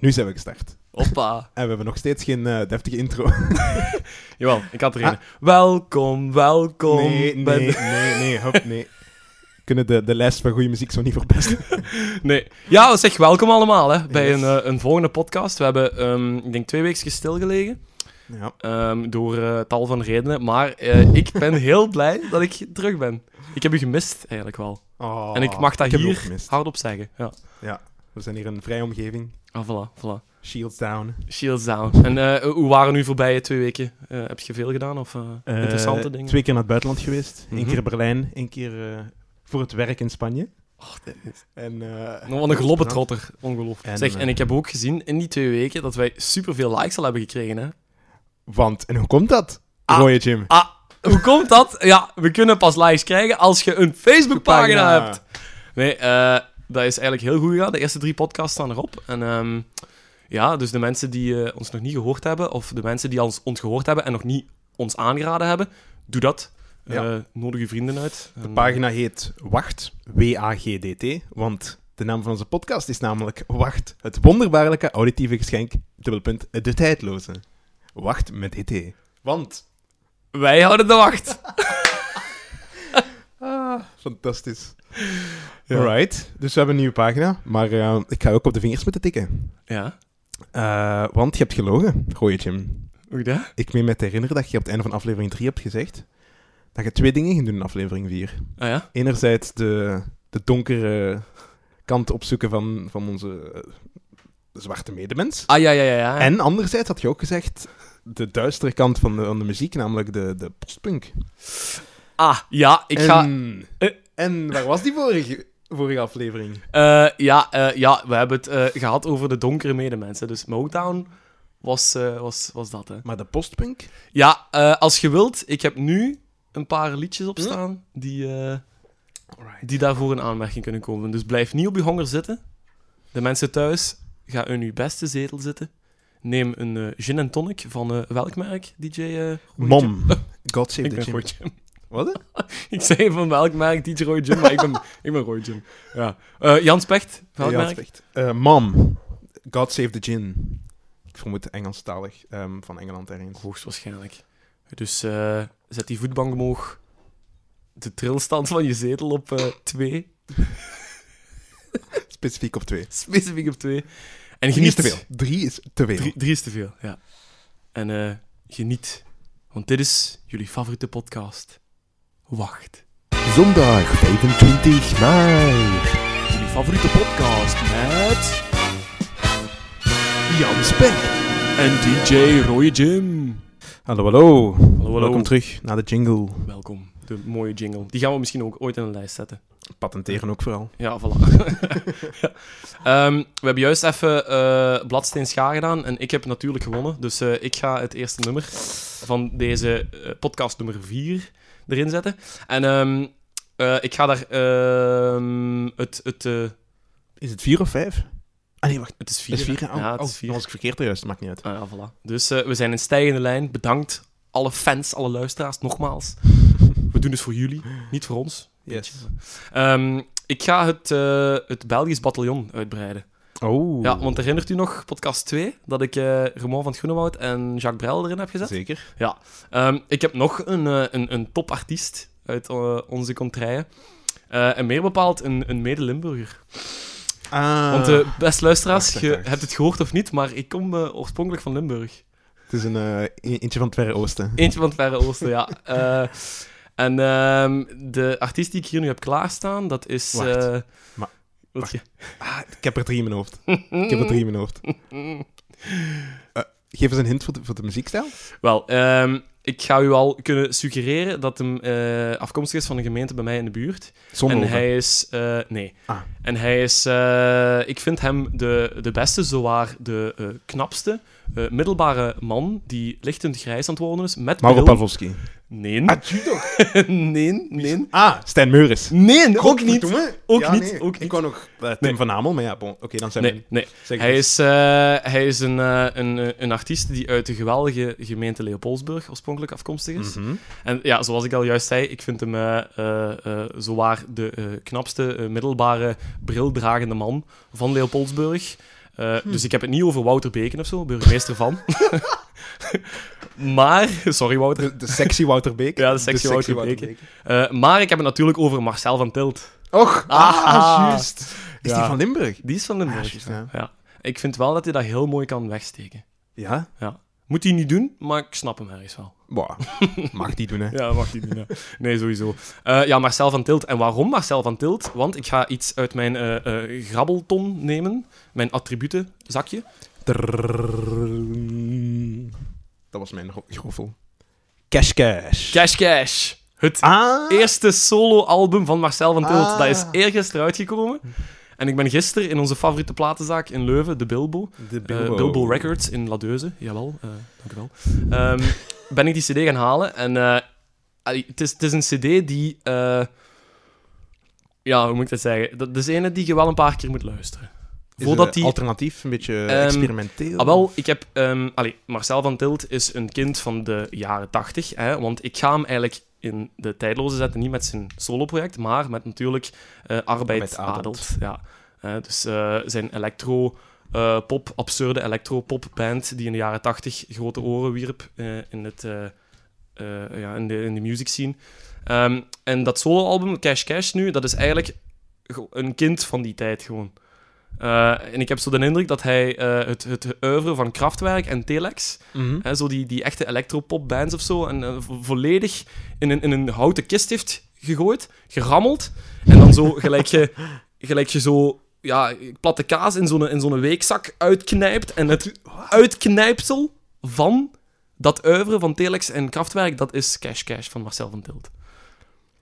Nu zijn we gestart. Hoppa. En we hebben nog steeds geen eh, deftige intro. Jawel, ik had er een. Welkom, welkom. nee, bij nee, de- nee, nee, hop, nee. We kunnen de, de lijst van goede muziek zo niet verpesten. nee. Ja, zeg welkom allemaal hè, bij Yes. een, eh, een volgende podcast. We hebben, ehm, ik denk, twee weken stilgelegen. Ja. ehm, door eh, tal van redenen. Maar eh, ik ben heel blij dat ik terug ben. Ik heb u gemist, eigenlijk wel. Oh, en ik mag dat heb ook hier gemist. hardop zeggen. Ja. We zijn hier in een vrije omgeving. Ah, voilà, voilà. Shields down. Shields down. En eh, hoe waren uw voorbije twee weken? Eh, heb je veel gedaan of eh, Eh, interessante dingen? Twee keer naar het buitenland geweest. Eén Mhm. keer Berlijn, één keer eh, voor het werk in Spanje. Oh, dit is- En, eh Nog wat een globbetrotter, ongelooflijk. En, zeg, eh, en ik heb ook gezien in die twee weken dat wij superveel likes al hebben gekregen. Hè? Want, en hoe komt dat? Ah. Mooie Jim. Ah, hoe komt dat? Ja, we kunnen pas likes krijgen als je een Facebookpagina hebt. Nee, eh, dat is eigenlijk heel goed gegaan. De eerste drie podcasts staan erop. En ehm, ja, dus de mensen die eh, ons nog niet gehoord hebben, of de mensen die ons, ons gehoord hebben en nog niet ons aangeraden hebben, doe dat. Eh, Ja. nodig je vrienden uit. En, De pagina heet Wacht, W-A-G-D-T, want de naam van onze podcast is namelijk Wacht, het wonderbaarlijke auditieve geschenk, dubbelpunt, de tijdloze. Wacht met E ET. Want, eh, Wij houden de wacht. fantastisch. Ja. Alright, dus we hebben een nieuwe pagina, maar eh, ik ga ook op de vingers moeten tikken. Ja, Eh, want je hebt gelogen, goeie Jim. hoe dat? Ik meen me te herinneren dat je op het einde van aflevering 3 hebt gezegd dat je twee dingen ging doen in aflevering 4. Ah ja? enerzijds de, de donkere kant opzoeken van, van onze eh, zwarte medemens. Ah ja, ja, ja. ja. En anderzijds had je ook gezegd de duistere kant van de, van de muziek, namelijk de, de postpunk. Ah, ja, ik ga... En, Eh. en waar was die vorige, vorige aflevering? Eh, ja, eh, ja, we hebben het eh, gehad over de donkere medemensen. Dus Motown was, eh, was, was dat, hè. Maar de postpunk? Ja, eh, als je wilt, ik heb nu een paar liedjes opstaan die, eh, Alright. die daarvoor in aanmerking kunnen komen. Dus blijf niet op je honger zitten. De mensen thuis, ga in je beste zetel zitten. Neem een eh, gin en tonic van eh, welk merk, DJ? eh, Roy Jim? Mom. God save Ik the ben Roy Jim. Jim. Wat? hè? Ik zei van welk merk, DJ Roy Jim, maar ik ben, ik ben Roy Jim. Ja. Eh, Jans Pecht, welk Ja, merk? echt. Eh, mom. God save the gin. Ik vermoed Engelstalig, ehm, van Engeland ergens. Hoogstwaarschijnlijk. Dus eh, zet die voetbank omhoog. De trilstand van je zetel op eh, 2. Specifiek op twee. Specifiek op 2. Drie En is geniet. te veel. Drie is te veel. Drie, drie is te veel, ja. En eh, geniet. Want dit is jullie favoriete podcast. Wacht. Zondag 25 mei. Jullie favoriete podcast met... Jan Specht. En DJ Roy Jim. Hallo, hallo. hallo. Welkom terug naar de jingle. Welkom. De mooie jingle. Die gaan we misschien ook ooit in een lijst zetten. Patenteren ook vooral. Ja, voilà. Ja. Ehm, we hebben juist even eh Bladsteen Schaar gedaan en ik heb natuurlijk gewonnen. Dus eh, ik ga het eerste nummer van deze eh, podcast nummer 4 erin zetten. En ehm, eh, ik ga daar... ehm, het, het, eh, Is het vier of vijf? Ah nee, wacht. het is 4. Het is vier. Oh, ja, het oh, is vier. dan was ik verkeerd juist. Maakt niet uit. Ah, ja, voilà. Dus eh, we zijn in stijgende lijn. Bedankt alle fans, alle luisteraars, nogmaals. We doen het voor jullie, niet voor ons. Yes. Ehm, ik ga het, eh, het Belgisch bataljon uitbreiden. Oh. Ja, want herinnert u nog podcast 2 dat ik eh Romain van het Groenewoud en Jacques Brel erin heb gezet? Zeker. Ehm, ik heb nog een, eh, een, een topartiest uit eh, onze contraien. Eh, en meer bepaald een, een mede-Limburger. Ah. Want eh best luisteraars, wacht, je wacht, wacht. hebt het gehoord of niet, maar ik kom eh, oorspronkelijk van Limburg. het is een eh, e- eentje van het Verre Oosten. Eentje van het Verre Oosten, ja. Eh, en ehm, de artiest die ik hier nu heb klaarstaan, dat is... Wacht. eh, Maar- wat je- Ah, ik heb er drie in mijn hoofd. Ik heb er drie in mijn hoofd. Eh, geef eens een hint voor de, voor de muziekstijl. Wel, ehm, ik ga u al kunnen suggereren dat hem eh, afkomstig is van een gemeente bij mij in de buurt. Zonder en hij is... eh, nee. Ah. En hij is... eh, ik vind hem de, de beste, zowaar de eh, knapste, eh, middelbare man die lichtend grijs aan het worden is, met Mauro Ah. bril. Pavlovski. Nee. judo. nee, nee. Ah, Stijn Meuris. Nee, ook niet. Ook niet, ook Ik niet. wou nog eh, Tim Nee. van Hamel, maar ja, bon. oké, dan zijn Nee, we... nee. Zeg Hij het is, eh, hij is een, eh, een, eh, een artiest die uit de geweldige gemeente Leopoldsburg oorspronkelijk afkomstig is. eens. Mhm. En ja, zoals ik al juist zei, ik vind hem eh eh, eh, zowaar de eh, knapste, eh, middelbare, brildragende man van Leopoldsburg. Eh, Hm. Dus ik heb het niet over Wouter Beken of zo, burgemeester van. maar, sorry Wouter. De, de sexy Wouter Beek. Ja, de sexy Wouter Beek. Eh, maar ik heb het natuurlijk over Marcel van Tilt. Och, ah, Ah. juist. Is Ja. die van Limburg? Die is van de Ah, Noord. juist, ja. ja. Ik vind wel dat hij dat heel mooi kan wegsteken. Ja? Ja. Moet hij niet doen, maar ik snap hem ergens wel. Wow. Mag die doen, hè. Ja, mag niet. Nee, nee sowieso. Eh, ja, Marcel van Tilt. En waarom Marcel van Tilt? Want ik ga iets uit mijn eh, eh, grabbelton nemen. Mijn attributenzakje. Trrrrrrrrrrrrrrrrrrrrrrrrrrrrrrrrrrrrrrrr. Dat was mijn gro- groffel. Cash Cash. Cash Cash. Het Ah. eerste solo-album van Marcel van Tilt. Ah. Dat is eergisteren uitgekomen. En ik ben gisteren in onze favoriete platenzaak in Leuven, de Bilbo. De eh, Bilbo Records in Ladeuze. Jawel, eh dank u wel. Ehm, ben ik die cd gaan halen. En eh, ai, het is, het is een cd die... eh, ja, hoe moet ik dat zeggen? Dat, dat is ene die je wel een paar keer moet luisteren. Is Voordat een die- alternatief, een beetje Ehm, experimenteel. Ah, wel, ik heb... ehm, allee, Marcel van Tilt is een kind van de jaren tachtig. Want ik ga hem eigenlijk in de tijdloze zetten. Niet met zijn soloproject, maar met natuurlijk eh Arbeid Met Adelt. Adelt. Ja. Eh, dus eh, zijn electro... eh, pop, absurde electro-pop-band die in de jaren tachtig grote oren wierp eh, in, het, eh, eh, ja, in, de, in de music scene. Ehm, en dat soloalbum, Cash Cash nu, dat is eigenlijk go- een kind van die tijd gewoon. Eh, en ik heb zo de indruk dat hij eh, het, het oeuvre van Kraftwerk en Telex, Mhm. hè, zo die, die echte electropop-bands of zo, en, eh, vo- volledig in een, in een houten kist heeft gegooid, gerammeld, en dan zo gelijk je, gelijk je zo ja, platte kaas in zo'n, in zo'n weekzak uitknijpt, en het uitknijpsel van dat oeuvre van Telex en Kraftwerk, dat is Cash Cash van Marcel van Tilt.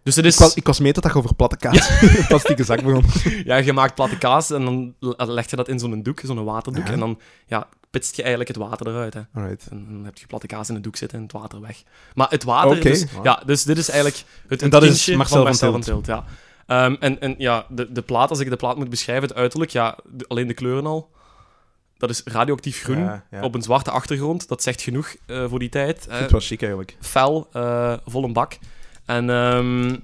Dus het is... Ik, was, ik was mee tot dat je over platte kaas plastieke zak begon. Ja, je maakt platte kaas en dan leg je dat in zo'n doek, zo'n waterdoek. Ja. En dan ja, pitst je eigenlijk het water eruit. Hè. Alright. En dan heb je platte kaas in het doek zitten en het water weg. Maar het water, Oké. dus, ja, dus dit is eigenlijk het, En het dat is kindje Marcel van van Marcel van Tilt. ja. Ehm, en, en ja, de, de plaat, als ik de plaat moet beschrijven, het uiterlijk, ja, de- alleen de kleuren al. Dat is radioactief groen Ja, ja. op een zwarte achtergrond. Dat zegt genoeg eh, voor die tijd. Ik hè vind het wel chic, eigenlijk. fel, eh, vol een bak. En ehm,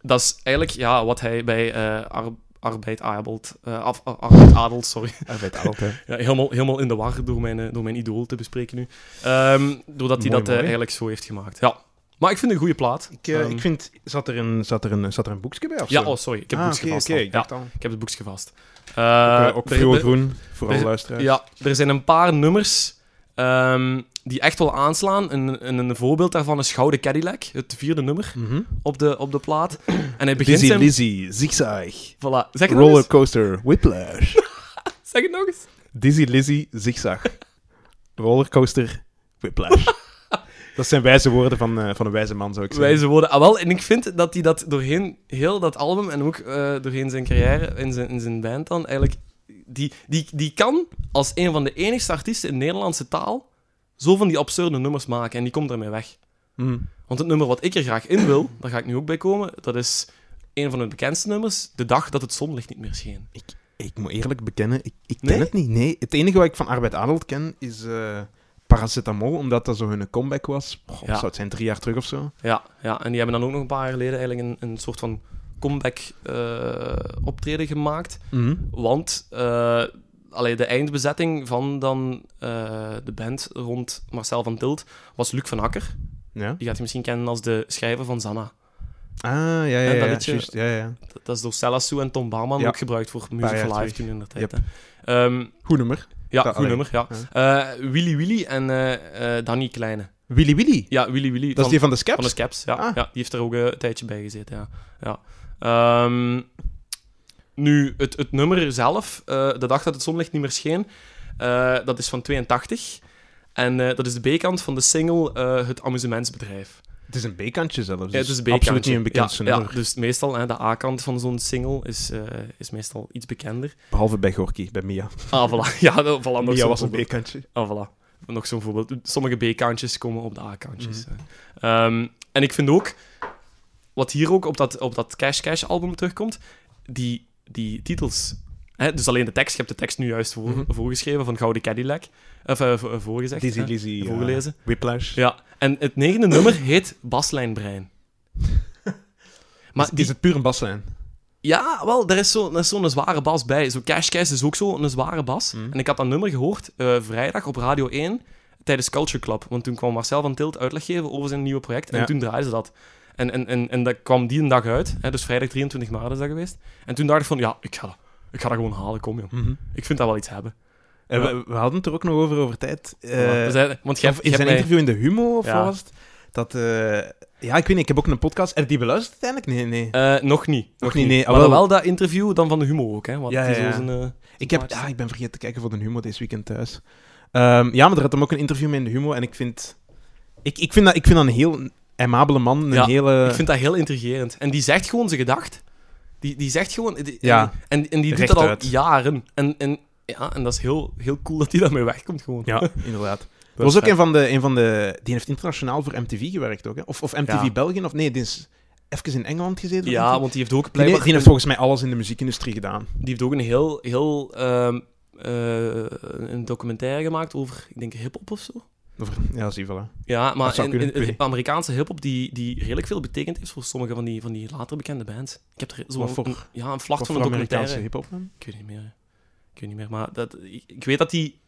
dat is eigenlijk ja, wat hij bij eh, Ar- Arbeid Adelt, eh, af- Ar- Arbeid Adelt, sorry. Arbeid altijd. Ja, helemaal, helemaal in de war door mijn, eh, door mijn idool te bespreken nu. Ehm, doordat hij Mooi, dat eh, mooi. eigenlijk zo heeft gemaakt. Ja. Maar ik vind het een goede plaat. Ik, eh, Ehm, ik vind... Zat er, een, zat, er een, zat er een boekje bij, of ja, zo? oh, sorry. Ik heb Ah, het boekje oké, vast. oké, al. ik ja, dacht al. ik heb het boekje vast. Ook, Eh, eh, ook de- veel de- groen, voor eh. alle de- luisteraars. Ja, er zijn een paar nummers ehm, die echt wel aanslaan. En, en een voorbeeld daarvan is Gouden Cadillac, het vierde nummer. Mhm. op de, op de plaat. En hij begint Lizzy, zijn... Lizzy, Zigzag, Voilà. Zeg het, nog eens. Rollercoaster, Whiplash. zeg het nog eens. Dizzy Lizzy Zigzag. Rollercoaster Whiplash. dat zijn wijze woorden van, eh, van een wijze man, zou ik zeggen. Wijze woorden. Ah, wel. En ik vind dat hij dat doorheen heel dat album en ook eh, doorheen zijn carrière in zijn, in zijn band dan eigenlijk... Die, die, die kan als een van de enigste artiesten in Nederlandse taal zo van die absurde nummers maken. En die komt ermee weg. Hm. Want het nummer wat ik er graag in wil, daar ga ik nu ook bij komen, dat is een van de bekendste nummers, De dag dat het zonlicht niet meer scheen. Ik moet eerlijk bekennen, ik, ik ken Nee? het niet. Nee, het enige wat ik van Arbeid Adelt ken is eh, Paracetamol, omdat dat zo hun comeback was. Goh, Ja. Zou het zijn drie jaar terug of zo? Ja, ja, en die hebben dan ook nog een paar jaar geleden eigenlijk een, een soort van comeback eh, optreden gemaakt. Want eh, allee, de eindbezetting van dan eh, de band rond Marcel van Tilt was Luc van Akker. Ja. Die gaat je misschien kennen als de schrijver van Zanna. Ah, ja, ja, ja. dat ja, liedje- juist, ja, ja. Dat- Dat is door Stella Sue en Tom Bouwman Ja. ook gebruikt voor Paar Music jaar for Life terug. toen in de tijd. Yep. hè. Ehm, Goed nummer. ja, Dat- goed allee. nummer. Ja. Eh, Willy Willy en eh, eh, Danny Kleine. Willy Willy. Ja, Willy Willy. dat is van- die van de Scaps? Van de Skeps, ja. Ah. ja. Die heeft er ook eh, een tijdje bij gezeten, ja. ja. Ehm, nu, het, het nummer zelf, eh, de dag dat het zonlicht niet meer scheen, eh, dat is van 82. En eh, dat is de B-kant van de single eh, Het Amusementsbedrijf. Het is een B-kantje zelfs. Ja, het is dus een B-kantje. Absoluut niet een bekend ja, ja, nummer. dus meestal, hè, de A-kant van zo'n single is, eh, is meestal iets bekender. Behalve bij Gorky, bij Mia. Ah, voilà. Ja, dat- voilà, nog Mia zo'n was een voorbeeld. B-kantje. Ah, voilà. Nog zo'n voorbeeld. Sommige B-kantjes komen op de A-kantjes. hè. Ehm, en ik vind ook, wat hier ook op dat, op dat Cash Cash album terugkomt, die, die titels. Hè, dus alleen de tekst, je hebt de tekst nu juist voor, Mhm. voorgeschreven van Gouden Cadillac. Of eh, vo- eh, voorgezegd. Dizzy hè. Lizzy. eh, Voorgelezen. Whiplash. Ja, en het negende nummer heet Baslijnbrein. Maar is, Dus die, is het puur een baslijn? Ja, wel, er is zo'n zo er is zo'n zware bas bij. Zo Cash Cash is ook zo'n zware bas. En ik had dat nummer gehoord eh, vrijdag op Radio 1 tijdens Culture Club. Want toen kwam Marcel van Tilt uitleg geven over zijn nieuwe project. En Ja. toen draaiden ze dat. En, en, en, en dat kwam die een dag uit. Hè, dus vrijdag 23 maart is dat geweest. En toen dacht ik van, ja, ik ga dat, ik ga dat gewoon halen. Kom, joh. Mhm. Ik vind dat wel iets hebben. En Ja. we, we hadden het er ook nog over, over tijd. Eh, Ja, we zeiden- want jij of jij in zijn hebt mij- interview in de Humo, of Ja. wat was het? Dat, eh, ja, ik weet niet, ik heb ook een podcast. Heb je die beluisterd uiteindelijk? Nee, nee. Eh, nog niet. Nog, niet, niet, nee. Ah, Maar wel. dan wel dat interview dan van de Humo ook, hè. Want Ja, het is ja, ja. zo zijn, eh, Ik, heb, Maarten. ah, ik ben vergeten te kijken voor de Humo deze weekend thuis. Ehm, ja, maar er had hem ook een interview mee in de Humo. En ik vind... Ik, ik, vind, dat, ik vind dat een heel aimabele man. Een Ja, hele... Ik vind dat heel intrigerend. En die zegt gewoon zijn gedacht. Die, die zegt gewoon... die- Ja. En, en die doet dat al Rechtuit. jaren. En, en, ja, en dat is heel, heel cool dat hij daarmee wegkomt gewoon. Ja, inderdaad. Er Dat was is ook vet. een van, de, een van de... Die heeft internationaal voor MTV gewerkt ook, hè? Of, of MTV Ja. België, of nee, die is even in Engeland gezeten. denk Ja, ik. want die heeft ook die, blijkbaar... die heeft volgens mij alles in de muziekindustrie gedaan. die heeft ook een heel... heel ehm, eh, een documentaire gemaakt over, ik denk, hip-hop of zo. Over- Ja, zie, voilà. Ja, maar Dat zou in, kunnen, in- in weet ik. Amerikaanse hip-hop die, die redelijk veel betekend heeft voor sommige van die, van die later bekende bands. Ik heb er Wat voor- zo'n ja, een vlacht Wat van voor een Amerikaanse documentaire. hiphop. hè? Ik weet niet meer. Ik weet niet meer. Maar dat, ik, ik weet dat die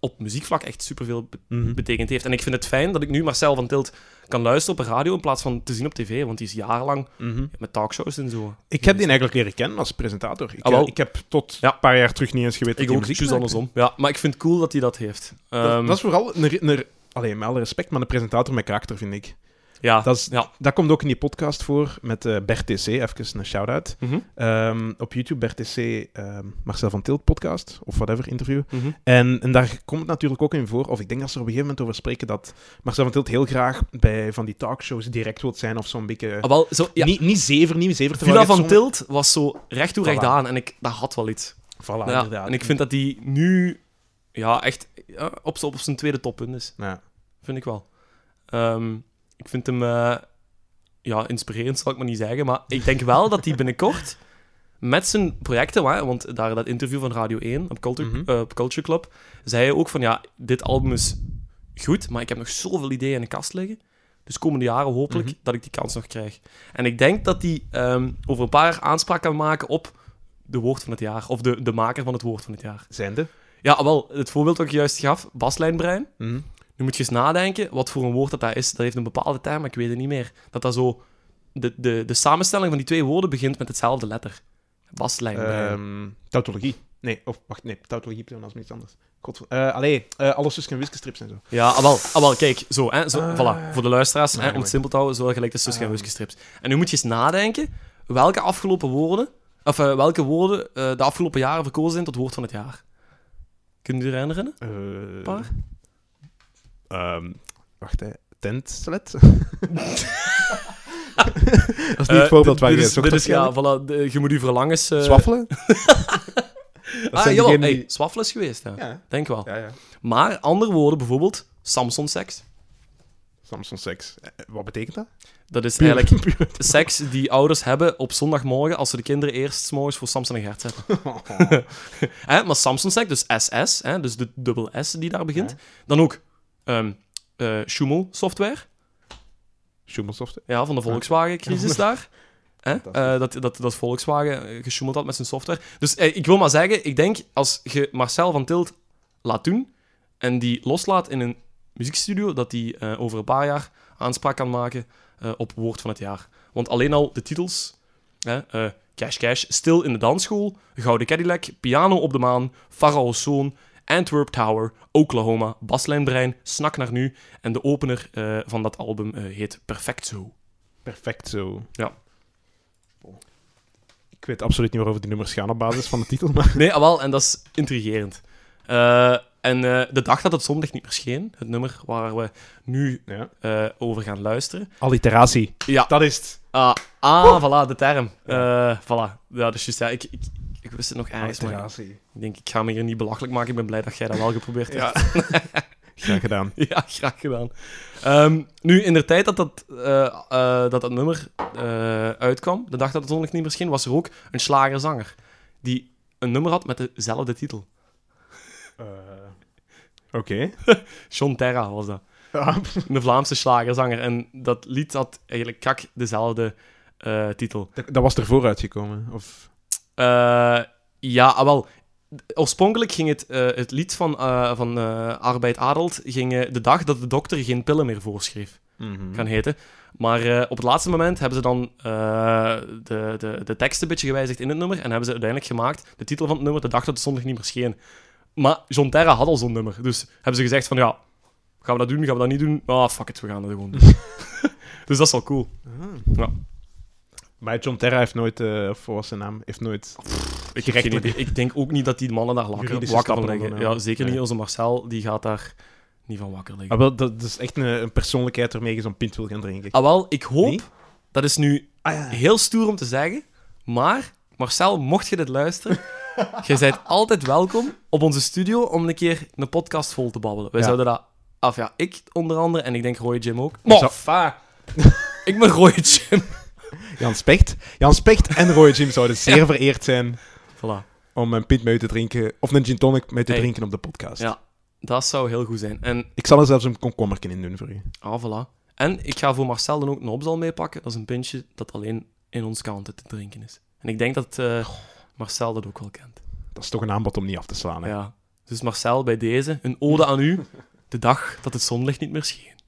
op muziekvlak echt superveel be- Mhm. betekend heeft. En ik vind het fijn dat ik nu Marcel van Tilt kan luisteren op de radio in plaats van te zien op tv. Want die is jarenlang Mhm. met talkshows en zo. Dus Ik heb die eigenlijk leren kennen als presentator. Ik, Ah, wel. ik heb tot Ja. een paar jaar terug niet eens geweten Ik dat ook, hij muziek juist maakte. andersom. Ja, maar ik vind het cool dat hij dat heeft. Dat, Ehm, dat is vooral... Een, een, alleen, met alle respect, maar een presentator met karakter, vind ik. ja, dat is- ja. Dat komt ook in die podcast voor met eh Bert TC. Even een shout-out. Mhm, Ehm, op YouTube, Bert TC, ehm, Marcel van Tilt podcast, of whatever, interview. mhm. En, en daar komt het natuurlijk ook in voor, of ik denk dat ze er op een gegeven moment over spreken, dat Marcel van Tilt heel graag bij van die talkshows direct wil zijn, of zo'n beetje... Ah, wel, zo, ja. Niet, niet zever, niet zever. terwijl Villa je van het zo- Tilt was zo recht toe recht Voilà. aan en ik, dat had wel iets. Voilà, Ja, inderdaad. en ik vind dat die nu ja, echt ja, op, z'n- op zijn tweede toppunt is. Ja. Vind ik wel. Ehm, ik vind hem... eh, ja, inspirerend zal ik maar niet zeggen, maar ik denk wel dat hij binnenkort met zijn projecten... wa- Want daar dat interview van Radio 1 op Culture, Mhm. eh, op Culture Club zei hij ook van... Ja, dit album is goed, maar ik heb nog zoveel ideeën in de kast liggen. Dus komende jaren hopelijk Mhm. dat ik die kans nog krijg. En ik denk dat hij ehm, over een paar jaar aanspraak kan maken op de woord van het jaar. Of de, de maker van het woord van het jaar. Zijnde. Ja, wel, het voorbeeld dat ik juist gaf, baslijnbrein. Mhm. Nu moet je eens nadenken wat voor een woord dat, dat is. Dat heeft een bepaalde term, maar ik weet het niet meer. Dat dat zo... De, de, de samenstelling van die twee woorden begint met hetzelfde letter. Baslijn. Ehm, tautologie. Nee, of wacht, nee, tautologie pleonasme is iets anders. Godver... eh allee, eh, alles tussen wiskestrips en zo. ja, ah wel, ah wel, kijk. Zo, hè. Zo, Ah. voilà. Voor de luisteraars, Maar hè, om het goed. simpel te houden, zo gelijk de zus en Ah. Wuske strips. En nu moet je eens nadenken welke afgelopen woorden... Of eh, welke woorden eh, de afgelopen jaren verkozen zijn tot woord van het jaar. Kunnen jullie je herinneren? Eh, Paar? ehm, wacht, hè. Tentselet? Dat Eh, is niet het voorbeeld waar dit je is, zocht dit is, ja, waarschijnlijk. voilà, de- je moet je verlangens... eh, Zwaffelen? Dat Ah, zijn jawel, diegenen hey, die- zwaffel is geweest, ja. Ja, Denk wel. ja, ja. Maar andere woorden, bijvoorbeeld Samson seks. Samson seks. Eh, Wat betekent dat? Dat is Puur- eigenlijk puur- seks die ouders hebben op zondagmorgen als ze de kinderen eerst 's morgens voor Samson en Gert zetten. Hè, maar Samson seks, dus SS, hè, dus de dubbel S die daar begint. Ja. Dan ook ehm eh, Schumel software, Schumelsoft. ja, van de Volkswagen-crisis daar. Hè? Fantastisch. Eh, dat, dat, dat Volkswagen eh, gesjoemeld had met zijn software. Dus eh, ik wil maar zeggen, ik denk als je Marcel van Tilt laat doen en die loslaat in een muziekstudio, dat die eh, over een paar jaar aanspraak kan maken eh, op woord van het jaar. Want alleen al de titels, hè, eh, Cash Cash, Stil in de Dansschool, Gouden Cadillac, Piano op de Maan, Pharaoh's Zoon, Antwerp Tower, Oklahoma, Baslijnbrein, Snak naar Nu en de opener eh, van dat album eh, heet Perfect Zo. Perfect zo. Ja. Ik weet absoluut niet waarover die nummers gaan op basis van de titel, maar... Nee, ah, wel, en dat is intrigerend. Eh, en eh, de dag dat het zonlicht niet meer scheen, het nummer waar we nu Ja. eh, over gaan luisteren. Alliteratie. Ja, Dat is het. ah, ah voilà, de term. Eh, voilà, ja, dus juist, ja, ik, ik, ik wist het nog ergens, maar Alliteratie. ik denk, ik ga me hier niet belachelijk maken. Ik ben blij dat jij dat wel geprobeerd hebt. Ja. Graag gedaan. Ja, graag gedaan. Ehm, nu, in de tijd dat dat, eh, eh, dat, dat nummer eh, uitkwam, de dag dat het zonlicht niet meer scheen, was er ook een slagerzanger die een nummer had met dezelfde titel. Eh, Oké. John Terra was dat. Ja. Een Vlaamse slagerzanger. En dat lied had eigenlijk kak dezelfde eh, eh, titel. Dat, dat was ervoor uitgekomen. Of... Eh, ja, ah, wel. Oorspronkelijk ging het, eh, het lied van, eh, van eh, Arbeid Adelt ging, eh, de dag dat de dokter geen pillen meer voorschreef Mhm. gaan heten. Maar eh, op het laatste moment hebben ze dan eh, de, de, de tekst een beetje gewijzigd in het nummer. En hebben ze uiteindelijk gemaakt de titel van het nummer De Dag dat de Zon nog niet meer scheen. Maar John Terra had al zo'n nummer. Dus hebben ze gezegd van ja, gaan we dat doen, gaan we dat niet doen? Ah, fuck it, we gaan dat gewoon doen. dus dat is wel cool. Ah. Maar John Terra heeft nooit, eh of wat was zijn naam, heeft nooit... Ik, heb geen Gerechtelijk. idee. ik denk ook niet dat die mannen daar wakker, Juridische wakker van stappen liggen. ondernomen. Ja, zeker niet. Nee. Onze Marcel, die gaat daar niet van wakker liggen. Ah, wel, dat, dat is echt een, een persoonlijkheid waarmee je zo'n pint wil gaan drinken. Ah, wel, ik hoop... Nee? Dat is nu Ah, ja. heel stoer om te zeggen, maar Marcel, mocht je dit luisteren, je bent altijd welkom op onze studio om een keer een podcast vol te babbelen. Wij Ja. zouden dat... Af ja, ik onder andere, en ik denk Roy Jim ook. Zo- Maar, ik ben Roy Jim. Ah, Jan Specht. Jan Specht en Roy Jim zouden zeer vereerd zijn Voilà. om een pint mee te drinken, of een gin tonic mee te Hey. drinken op de podcast. Ja. Dat zou heel goed zijn. En, Ik zal er zelfs een komkommerken in doen voor u. ah, voilà. En ik ga voor Marcel dan ook een opzal meepakken. Dat is een pintje dat alleen in ons counter te drinken is. En ik denk dat Oh. eh, Marcel dat ook wel kent. Dat is toch een aanbod om niet af te slaan, hè? Ja. Dus Marcel, bij deze, een ode aan u. De dag dat het zonlicht niet meer scheen.